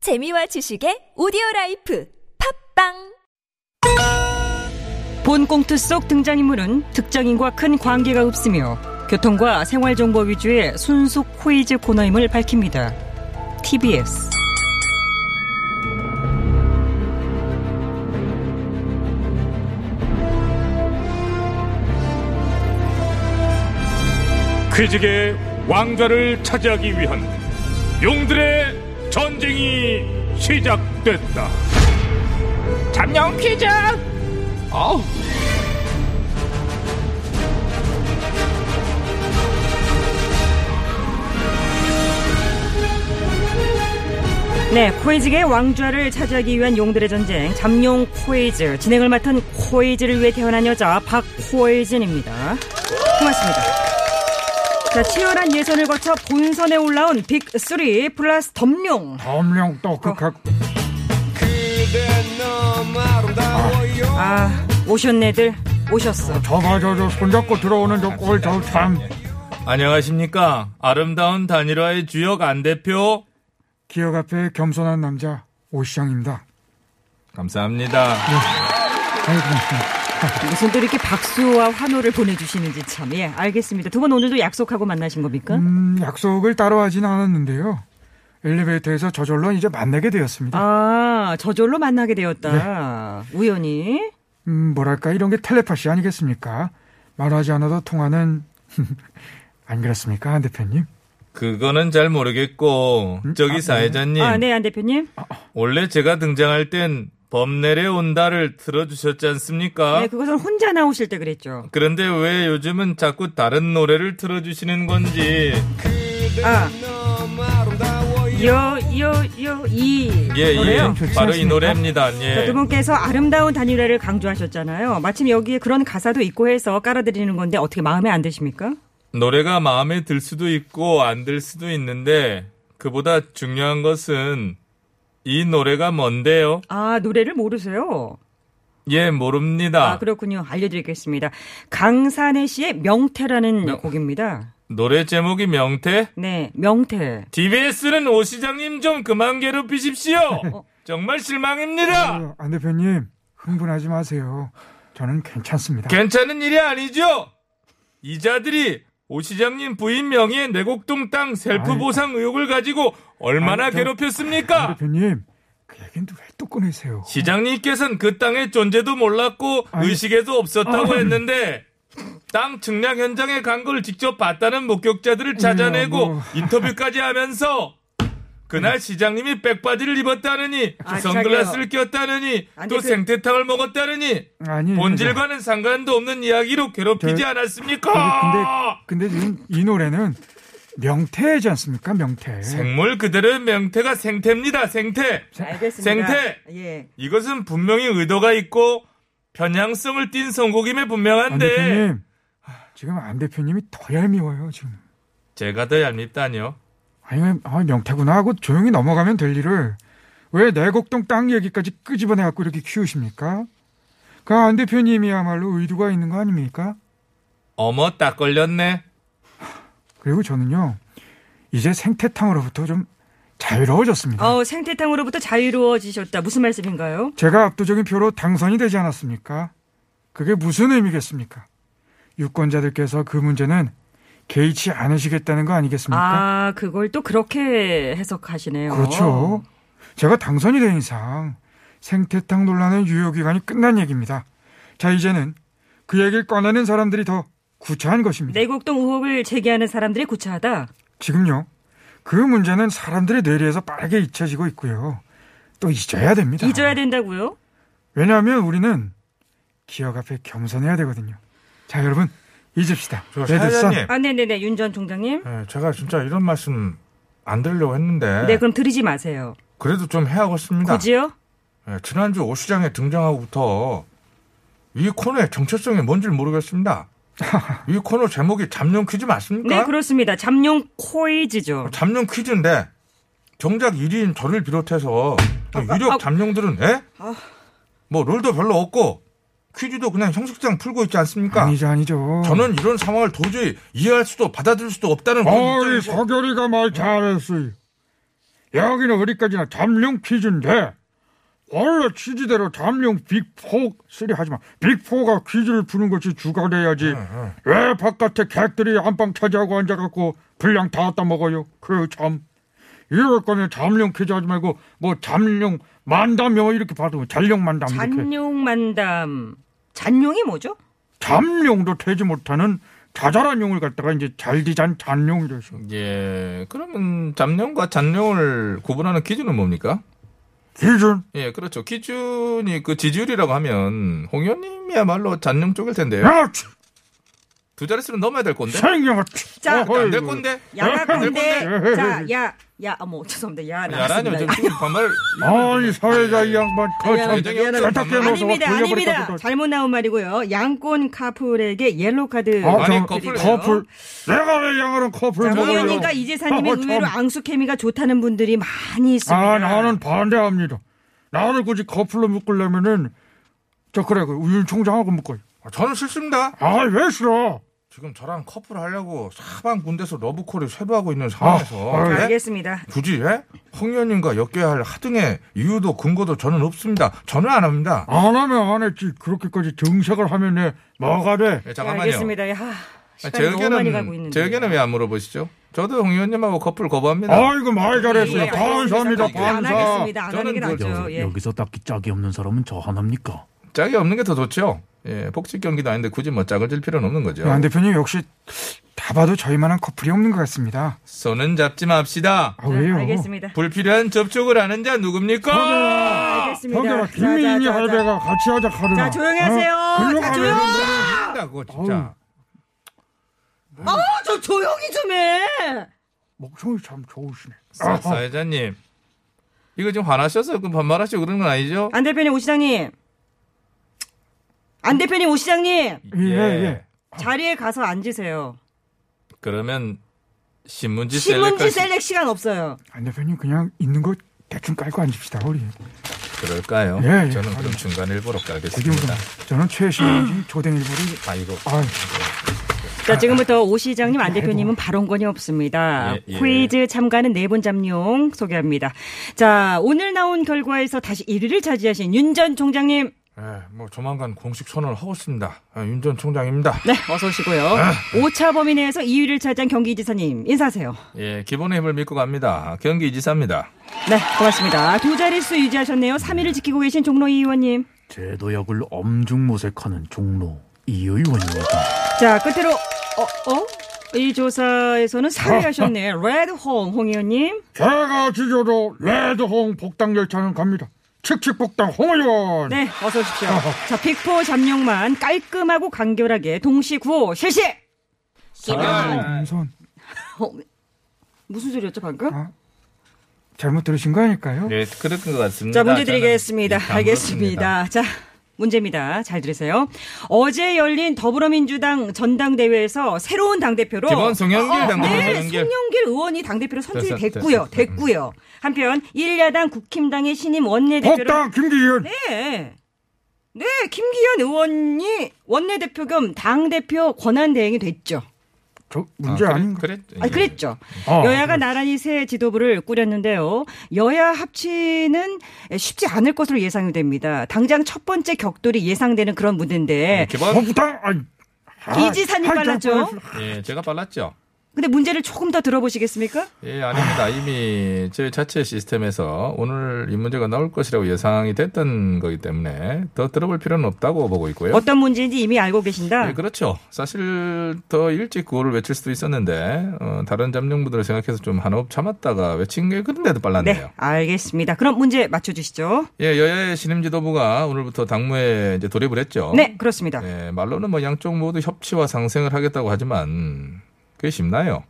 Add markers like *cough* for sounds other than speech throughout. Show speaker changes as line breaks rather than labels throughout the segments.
재미와 지식의 오디오 라이프 팝빵
본 꽁트 속 등장인물은 특정인과 큰 관계가 없으며 교통과 생활정보 위주의 순수 코이즈 코너임을 밝힙니다. TBS
퀴즈계의 왕좌를 차지하기 위한 용들의 전쟁이 시작됐다. 잠룡 퀴즈! 어우.
네, 코이즈계의 왕좌를 차지하기 위한 용들의 전쟁 잠룡 코이즈 진행을 맡은 코이즈를 위해 태어난 여자 박코이즈입니다. 고맙습니다. 자, 치열한 예선을 거쳐 본선에 올라온 빅3 플러스 덤룡
엄령 또 극하
아 오셨네들 오셨어.
저가 저저 손잡고 들어오는 저꼴저참
안녕하십니까. 아름다운 단일화의 주역 안 대표.
기억 앞에 겸손한 남자 오시장입니다.
감사합니다.
아이 고맙습니다.
무슨 또 이렇게 박수와 환호를 보내주시는지 참. 예, 알겠습니다. 두 분 오늘도 약속하고 만나신 겁니까?
음, 약속을 따로 하진 않았는데요. 엘리베이터에서 저절로 이제 만나게 되었습니다.
아, 저절로 만나게 되었다. 우연히.
음, 뭐랄까 이런 게 텔레파시 아니겠습니까? 말하지 않아도 통하는 *laughs* 안 그렇습니까 한 대표님?
그거는 잘 모르겠고, 저기 사회자님.
음? 아, 네, 안 대표님.
원래 제가 등장할 땐 범내래 온다를 틀어주셨지 않습니까?
네, 그것은 혼자 나오실 때 그랬죠.
그런데 왜 요즘은 자꾸 다른 노래를 틀어주시는 건지.
아. 여, 여, 여, 이.
예, 예.
노래요?
바로 이
않습니까?
노래입니다.
자,
예.
두 분께서 아름다운 단일화를 강조하셨잖아요. 마침 여기에 그런 가사도 있고 해서 깔아드리는 건데 어떻게 마음에 안 드십니까?
노래가 마음에 들 수도 있고 안 들 수도 있는데, 그보다 중요한 것은 이 노래가 뭔데요?
아, 노래를 모르세요?
예, 모릅니다.
아, 그렇군요. 알려드리겠습니다. 강산의 씨의 명태라는 곡입니다.
노래 제목이 명태?
네, 명태.
TBS는 오 시장님 좀 그만 괴롭히십시오. 정말 실망입니다.
어, 안 대표님 흥분하지 마세요. 저는 괜찮습니다.
괜찮은 일이 아니죠? 이자들이 오 시장님 부인 명의의 내곡동 땅 셀프
아이.
보상 의혹을 가지고 얼마나
아이, 저- 안
괴롭혔습니까?
대표님 그 얘기는 왜또 꺼내세요?
시장님께서는 그 땅의 존재도 몰랐고
아이.
의식에도 없었다고 했는데 땅 측량 현장에 간 걸 직접 봤다는 목격자들을 찾아내고
어머.
인터뷰까지 하면서 그날 시장님이 백바지를 입었다느니 그
아,
선글라스를 꼈다느니
아니,
또
그-
생태탕을 먹었다느니
아니
본질과는 상관도 없는 이야기로 괴롭히지
저-
않았습니까?
근데 지금 이 노래는 명태지 않습니까? 명태. 아,
생물 그대로의 명태가 생태입니다. 생태.
알겠습니다.
생태!
예.
이것은 분명히 의도가 있고 편향성을 띈
아,
선곡임에
안
분명한데
대표님 지금 안 대표님이 더 얄미워요 지금.
제가 더 얄밉다니요.
아니 아, 명태구나 하고 조용히 넘어가면 될 일을 왜 내곡동 땅 얘기까지 끄집어내 갖고 이렇게 키우십니까? 그 안 대표님이야말로 의도가 있는 거 아닙니까?
어머 딱 걸렸네.
그리고 저는요 이제 생태탕으로부터 좀 자유로워졌습니다.
어, 생태탕으로부터 자유로워지셨다. 무슨 말씀인가요?
제가 압도적인 표로 당선이 되지 않았습니까? 그게 무슨 의미겠습니까? 유권자들께서 그 문제는 개의치 않으시겠다는 거 아니겠습니까?
아, 그걸 또 그렇게 해석하시네요.
그러니까? 그렇죠. 제가 당선이 된 이상 생태탕 논란의 유효기간이 끝난 얘기입니다. 자, 이제는 그 얘기를 꺼내는 사람들이 더 구차한 것입니다.
네 내곡동 의혹을 제기하는 사람들이 구차하다.
지금요, 그 문제는 사람들의 뇌리에서 빠르게 잊혀지고 있고요. 또 잊어야 됩니다.
잊어야 된다고요?
왜냐하면 우리는 기억 앞에 겸손해야 되거든요. 자, 여러분 잊읍시다.
저
레드 선.
사장님,
아, 네네네. 윤 전 총장님.
제가 진짜 이런 말씀 안 드리려고 했는데
네, 그럼 드리지 마세요.
그래도 좀 해야겠습니다.
굳이요? 네,
예, 지난주 오 시장에 등장하고부터 이 코너의 정체성이 뭔지를
*laughs*
모르겠습니다. 이 코너 제목이 잠룡 퀴즈 맞습니까?
그러니까?
네, 그렇습니다. 잠룡 코이즈죠.
그렇죠.
잠룡 퀴즈인데 정작 1인 저를 비롯해서
아,
유력 잠룡들은 예? 뭐 롤도 별로 없고 퀴즈도 그냥 형식상 풀고 있지 않습니까?
아니죠, 아니죠.
저는 이런 상황을 도저히 이해할 수도 받아들일 수도 없다는 그런
어이
입장에서-
서결이가 말 잘했어요. 여기는 어디까지나 잠룡 퀴즈인데 원래 취지대로 잠룡 빅4 쓰리 하지만 빅4가 퀴즈를 푸는 것이 주가 돼야지 왜 바깥에 객들이 안방 차지하고 앉아갖고 분량 다 갖다 먹어요 그참 이럴 거면 잠룡 퀴즈 하지 말고 뭐 잠룡 만담요 이렇게 받으면 잔룡 만담 이렇게
잔룡 만담. 잔룡이 뭐죠?
잠룡도 되지 못하는 자잘한 용을 갖다가 이제 잘디잔 잔룡이라 해서
예. 그러면 잠룡과 잔룡을 구분하는 기준은 뭡니까?
기준
예, 그렇죠. 기준이 그 지지율이라고 하면 홍 의원님이야말로 잔룡 쪽일 텐데요.
야 치,
두 자릿수는 넘어야 될 건데.
생경아
자,
안 될 건데.
야가 근데
건데.
자, 야, 야, 어머 죄송합니다. 야,
야라니 요즘
나왔습니다.
지금 반말.
아니 사회자 이 양반
미안합니다.
거참
미안합니다.
세탁기에 넣어서 막
아닙니다,
돌려버릴까
아닙니다.
보다.
잘못 나온 말이고요. 양권 카풀에게 옐로 카드.
아,
아니,
저
커플이에요.
커플 내가 왜 양아랑 커플
자, 홍
먹어요
의원님과 이재사님의
아, 참.
의외로 앙수 케미가 좋다는 분들이 많이 있습니다.
아 나는 반대합니다 나를 굳이 커플로 묶으려면은 저 그래 그 윤 총장하고 묶어요
아, 저는 싫습니다.
아 왜 싫어
지금 저랑 커플 하려고 사방 군대에서 러브콜을 새로 하고 있는 상황에서
아,
자,
예?
알겠습니다.
굳이 예? 홍 의원님과 엮여야 할 하등의 이유도 근거도 저는 없습니다. 저는 안 합니다.
안 하면 안 했지 그렇게까지 정색을 하면 내 뭐가 돼
예,
자,
잠깐만요.
네, 알겠습니다. 야,
아,
시간이
제
너무 많이 가고
의견은
있는데.
제 의견은 왜 안 물어보시죠? 저도 홍 의원님하고 커플 거부합니다.
아이고 말 잘했어요
예,
반사입니다
알겠습니다. 안
반사
하겠습니다. 안
저는
하는 게
그
낫죠. 예.
여기서 딱히 짝이 없는 사람은 저 하나입니까?
짝이 없는 게 더 좋죠. 예, 복직 경기도 아닌데 굳이 뭐 짝을 질 필요는 없는 거죠.
아, 네.
안 대표님 역시 다 봐도 저희만한 커플이 없는 것 같습니다
손은 잡지 맙시다.
아
자,
왜요
알겠습니다.
불필요한 접촉을 하는 자 누굽니까?
알겠습니다.
아, 형제가
자,
김민희
자, 자, 자.
할배가 어? 같이 하자 카르마.
자, 조용히 하세요.
글로
자,
가면은
조용!
합니다, 그거 진짜.
어, 저 조용히 좀 해.
목소리 참 좋으시네.
사, 사회자님. 이거 지금 화나셔서 그 반말하시고 그러는 건 아니죠?
안 대표님, 오 시장님. 안 대표님, 오 시장님.
예, 예.
자리에 가서 앉으세요.
그러면 신문지
신문지
셀렉까지
셀렉 시간 없어요.
안 대표님 그냥 있는 거 대충 깔고 앉읍시다 우리.
그럴까요?
예, 예.
저는 그럼 중간 일부로
굳이 무슨
깔겠습니다.
저는 최신인지 조댕 일부를.
아이고.
아,
자, 지금부터 오 시장님, 안 대표님은 발언권이 없습니다.
예, 예.
퀴즈 참가는 네 분 잠룡 소개합니다. 자, 오늘 나온 결과에서 다시 1위를 차지하신 윤 전 총장님.
예, 뭐 조만간 공식 선언을 하고 있습니다.
아,
윤 전 총장입니다.
네, 어서 오시고요. 오차 범위 내에서 2위를 차지한 경기지사님, 인사하세요.
예, 기본의 힘을 믿고 갑니다. 경기 이지사입니다.
네, 고맙습니다. 두 자릿수 유지하셨네요. 3위를 지키고 계신 종로 이 의원님.
제도약을 엄중 모색하는 종로 이 의원입니다.
자, 끝으로, 어, 어? 이 조사에서는 4위
어.
하셨네요. 레드홍, 홍 의원님.
제가 지조도 레드홍 복당 열차는 갑니다. 칙칙 복당 홍의원.
네, 어서 오십시오. 자, 빅포 잠룡만 깔끔하고 간결하게 동시 구호 실시!
우선
어, 무슨 소리였죠, 방금?
어.
아, 잘못 들으신 거니까요.
예, 그럴 것 같습니다.
자, 문제
저는
드리겠습니다.
예, 안
알겠습니다. 자, 문제입니다. 잘 들으세요. 어제 열린 더불어민주당 전당대회에서 새로운 당대표로
김원 송영길 당대표
네,
송영길.
송영길 의원이 당대표로 선출이
됐어,
됐고요.
됐어.
됐고요. 한편 일야당 국힘당의 신임 원내대표로
복당 김기현.
네. 네, 김기현 의원이 원내대표 겸 당대표 권한대행이 됐죠.
저
그렇습니다.
문제
아,
아, 닌가
그래, 그래,
아,
예.
그랬죠.
아,
그렇죠.
여야가 나란히 새 지도부를 꾸렸는데요. 여야 합치는 쉽지 않을 것으로 예상이 됩니다. 당장 첫 번째 격돌이 예상되는 그런 무대인데.
기본
복당. 아이, 아,
이지사님
아이,
빨랐죠?
저
예, 제가 빨랐죠.
근데 문제를 조금 더 들어보시겠습니까?
예, 아닙니다. 이미 저희 자체 시스템에서 오늘 이 문제가 나올 것이라고 예상이 됐던 거기 때문에 더 들어볼 필요는 없다고 보고 있고요.
어떤 문제인지 이미 알고 계신다.
예, 그렇죠. 사실 더 일찍 구호를 외칠 수도 있었는데 어, 다른 잠룡부들을 생각해서 좀 한호흡 참았다가 외친 게 그런데도 빨랐네요.
네, 알겠습니다. 그럼 문제 맞춰주시죠.
예, 여야의 신임 지도부가 오늘부터 당무에 이제 돌입을 했죠.
네,
아.
그렇습니다.
예, 말로는 뭐 양쪽 모두 협치와 상생을 하겠다고 하지만 그게 쉽나요?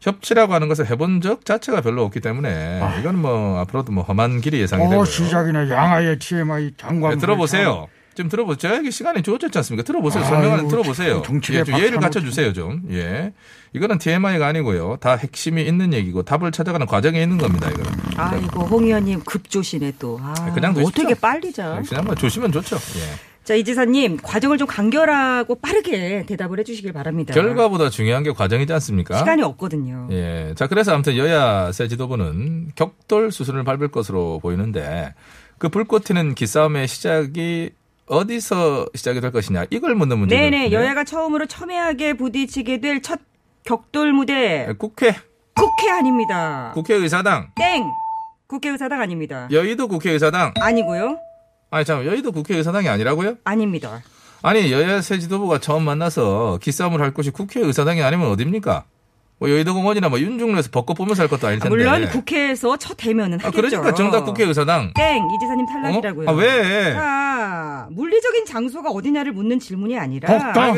협치라고 하는 것을 해본 적 자체가 별로 없기 때문에 이건 뭐 앞으로도 뭐 험한 길이 예상이 되고요.
아. 어 시작이나 양아의 TMI 장관.
예, 들어보세요. 좀 들어보세요. 저에게 시간이 주어졌지 않습니까? 들어보세요. 설명하는
아이고,
들어보세요.
정치계
예, 좀 예를
박찬호
갖춰주세요, 좀. 예. 이거는 TMI가 아니고요. 다 핵심이 있는 얘기고 답을 찾아가는 과정에 있는 겁니다, 이거는.
아이고, 홍 의원님 급조시네 또. 아,
그냥
어떻게
두십시오. 네,
빨리 자.
그냥 뭐 조심은 좋죠. 예.
자, 이 지사님, 과정을 좀 간결하고 빠르게 대답을 해주시길 바랍니다.
결과보다 중요한 게 과정이지 않습니까?
네. 시간이 없거든요.
예. 자, 그래서 아무튼 여야 새 지도부는 격돌 수순을 밟을 것으로 보이는데 그 불꽃 튀는 기싸움의 시작이 어디서 시작이 될 것이냐 이걸 묻는 문제.
네네, 여야가 처음으로 첨예하게 부딪히게 될 첫 격돌 무대,
예, 국회,
국회 아닙니다.
국회의사당, 예.
땡! 국회의사당 아닙니다.
여의도 국회의사당.
아니고요.
아니 참, 여의도 국회의사당이 아니라고요?
아닙니다.
아니 여야 새 지도부가 처음 만나서 기싸움을 할 곳이 국회의사당이 아니면 어딥니까? 뭐 여의도공원이나 뭐 윤중로에서 벚꽃 보면서 할 것도 아닐 텐데.
물론 국회에서 첫 대면은
아,
하겠죠.
그러니까 정답 국회의사당.
땡! 이 지사님
어?
탈락이라고요.
아, 왜?
자, 물리적인 장소가 어디냐를 묻는 질문이 아니라
복당.
어.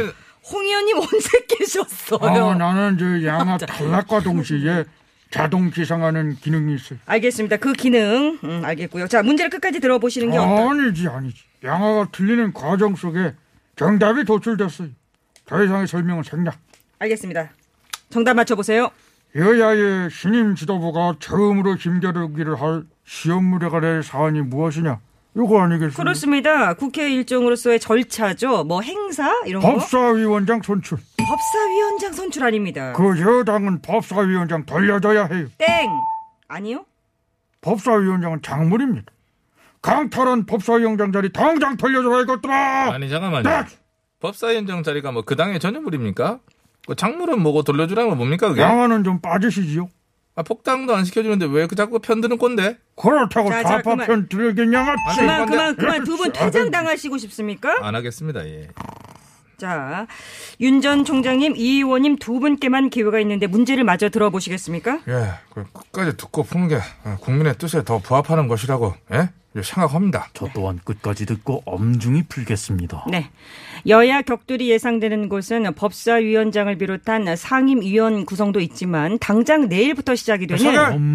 홍 의원님 *laughs* 언제 깨셨어요?
아, 나는 저
*laughs*
양아 탈락과 동시에 자동 기상하는 기능이 있어. 요
알겠습니다. 그 기능 음, 알겠고요. 자 문제를 끝까지 들어보시는 게 어떨?
아니지 아니지. 양아가 틀리는 과정 속에 정답이 도출됐어요. 더 이상의 설명은 생략.
알겠습니다. 정답 맞춰보세요.
여야의 신임 지도부가 처음으로 힘겨루기를 할 시험 무대가 될 사안이 무엇이냐? 이거 아니겠습니까?
그렇습니다. 국회 일정으로서의 절차죠. 뭐 행사 이런 거.
법사위원장 선출.
법사위원장 선출 아닙니다.
그 여당은 법사위원장 돌려줘야 해요.
땡 아니요.
법사위원장은 작물입니다. 강탈한 법사위원장 자리 당장 돌려줘라 이것들아!
아니 잠깐만요. 법사위원장 자리가 뭐 그 당의 전유물입니까? 그 장물은 뭐고 돌려주라는 건 뭡니까
네.
그게?
양아는 좀 빠지시지요?
아, 폭당도 안 시켜주는데 왜 그 자꾸 편드는 건데?
그렇다고
자, 자,
좌파편 들긴 양아 네, 치
그만
근데-
그만 그만 두
아,
분
네.
퇴장 당하시고 싶습니까?
안 하겠습니다. 예.
자, 윤 전 총장님, 이 의원님 두 분께만 기회가 있는데 문제를 마저 들어보시겠습니까?
예, 그 끝까지 듣고 푸는 게 어, 국민의 뜻에 더 부합하는 것이라고 예? 생각합니다.
저 또한 끝까지 듣고 엄중히 풀겠습니다.
네. 여야 격돌이 예상되는 곳은 법사위원장을 비롯한 상임위원 구성도 있지만 당장 내일부터 시작이 되는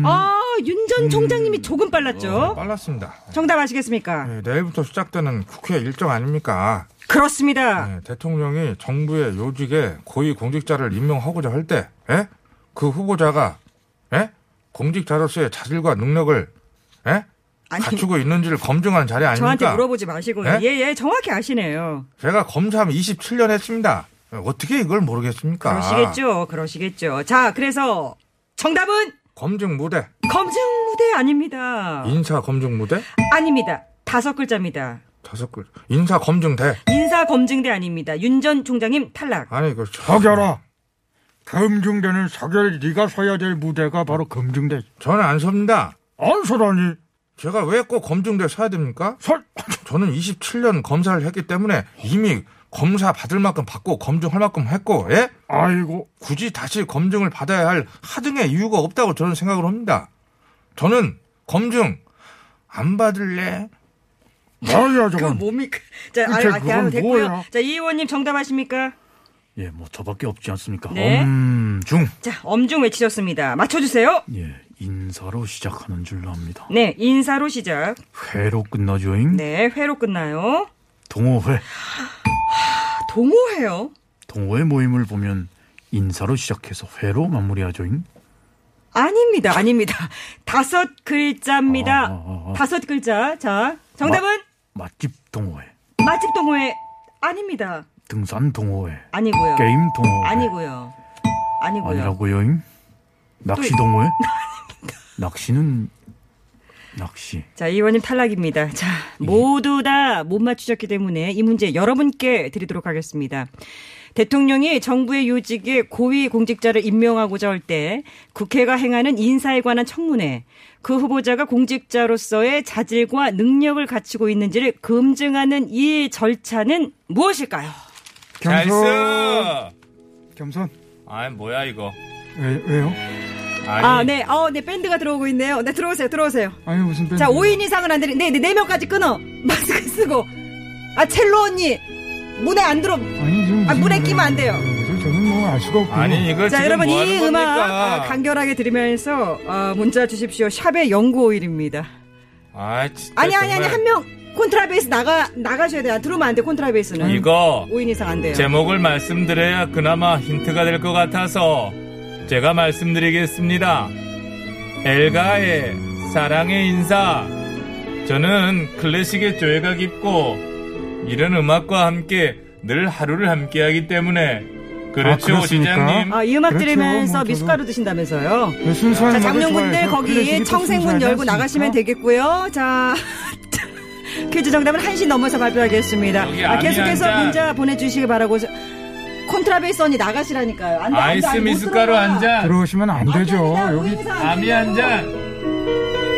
아, 윤
음.
전 총장님이 조금
어,
빨랐죠.
빨랐습니다.
정답 아시겠습니까?
예, 내일부터 시작되는 국회 일정 아닙니까?
그렇습니다.
예, 대통령이 정부의 요직에 고위 공직자를 임명하고자 할 때, 예? 그 후보자가 예? 공직자로서의 자질과 능력을 예?
아니,
갖추고 있는지를 검증하는 자리 아닙니까?
저한테 물어보지
네?
마시고요. 예, 예, 정확히 아시네요.
제가 검사함 27년 했습니다. 어떻게 이걸 모르겠습니까?
그러시겠죠. 그러시겠죠. 자, 그래서 정답은
검증 무대,
검증 무대 아닙니다.
인사 검증 무대,
아닙니다. 다섯 글자입니다.
다섯 글 인사 검증대.
인사 검증대 아닙니다. 윤 전 총장님 탈락.
아니 그
석열아! 검증되는 석열 네가 서야 될 무대가 바로 검증대.
저는 안 섭니다.
안서라니
제가 왜 꼭 검증대 사야 됩니까?
설
저는 27년 검사를 했기 때문에 이미 검사 받을 만큼 받고 검증할 만큼 했고, 예?
아이고
굳이 다시 검증을 받아야 할 하등의 이유가 없다고 저는 생각을 합니다. 저는 검증 안 받을래?
뭐야
그
저건
뭡니까? 자,
대체
아, 아,
그건
됐고요.
뭐야?
자, 이 의원님 정답하십니까?
예, 뭐 저밖에 없지 않습니까?
네.
음,
엄중.
자, 엄중 외치셨습니다. 맞춰주세요.
예, 인사로 시작하는 줄로 압니다.
네, 인사로 시작.
회로 끝나죠잉.
네, 회로 끝나요.
동호회.
동호회요.
동호회 모임을 보면 인사로 시작해서 회로 마무리하죠잉.
아닙니다, 아닙니다. *laughs* 다섯 글자입니다.
아, 아, 아.
다섯 글자. 자, 정답은
맛집 동호회,
맛집 동호회 아닙니다.
등산 동호회,
아니고요.
게임 동호회.
아니고요. 아니고요.
아니라고요잉. 낚시 동호회?
*laughs*
낚시는 낚시.
자, 이 의원님 탈락입니다. 자,
예.
모두 다 못 맞추셨기 때문에 이 문제 여러분께 드리도록 하겠습니다. 대통령이 정부의 요직에 고위 공직자를 임명하고자 할 때 국회가 행하는 인사에 관한 청문회, 그 후보자가 공직자로서의 자질과 능력을 갖추고 있는지를 검증하는 이 절차는 무엇일까요?
겸손 겸손
아 뭐야 이거?
왜, 왜요?
아니,
아, 네. 어, 네. 밴드가 들어오고 있네요. 네, 들어오세요. 들어오세요.
아니 무슨 밴드
자,
음.
5인 이상은 안 되는, 네, 네, 네 명까지 끊어. 마스크 쓰고. 아, 첼로 언니. 문에 안 들어.
아니 지금
아,
무슨
문에 끼면 안 돼요.
저- 저는 뭐 알 수가 없고
아니 이걸
음. 자,
지금
여러분,
뭐 하는
이 음악
겁니까?
아, 간결하게 들으면서 어, 문자 주십시오. 샵의 연구오일입니다.
아, 진짜
아니, 아니, 아니,
정말.
한 명 콘트라베이스 나가, 나가셔야 돼요. 들어오면 안 돼, 콘트라베이스는.
이거
5인 이상 안 돼요.
제목을 말씀드려야 그나마 힌트가 될 것 같아서 제가 말씀드리겠습니다. 엘가의 사랑의 인사. 저는 클래식에 조예가 깊고 이런 음악과 함께 늘 하루를 함께하기 때문에
아,
그렇죠,
그렇습니까?
시장님.
아, 이 음악
그렇죠.
들으면서
뭐 저도-
미숫가루 드신다면서요.
네, 순수한
자,
노래
장명군대
좋아해서
거기
클래식이 또
청생문
순수하지
열고
않습니까?
나가시면 되겠고요. 자, *laughs* 퀴즈 정답은 1시 넘어서 발표하겠습니다.
여기
아,
아미 한
계속해서
잔.
문자 보내주시기 바라고. 콘트라베이스 언니 나가시라니까요. 안 돼, 안 돼,
아이스
안 돼, 못
미숫가루
들어가.
한 잔,
아,
들어오시면 안 되죠.
됩니다.
여기
무인사 안
아미 한
된다고.
잔.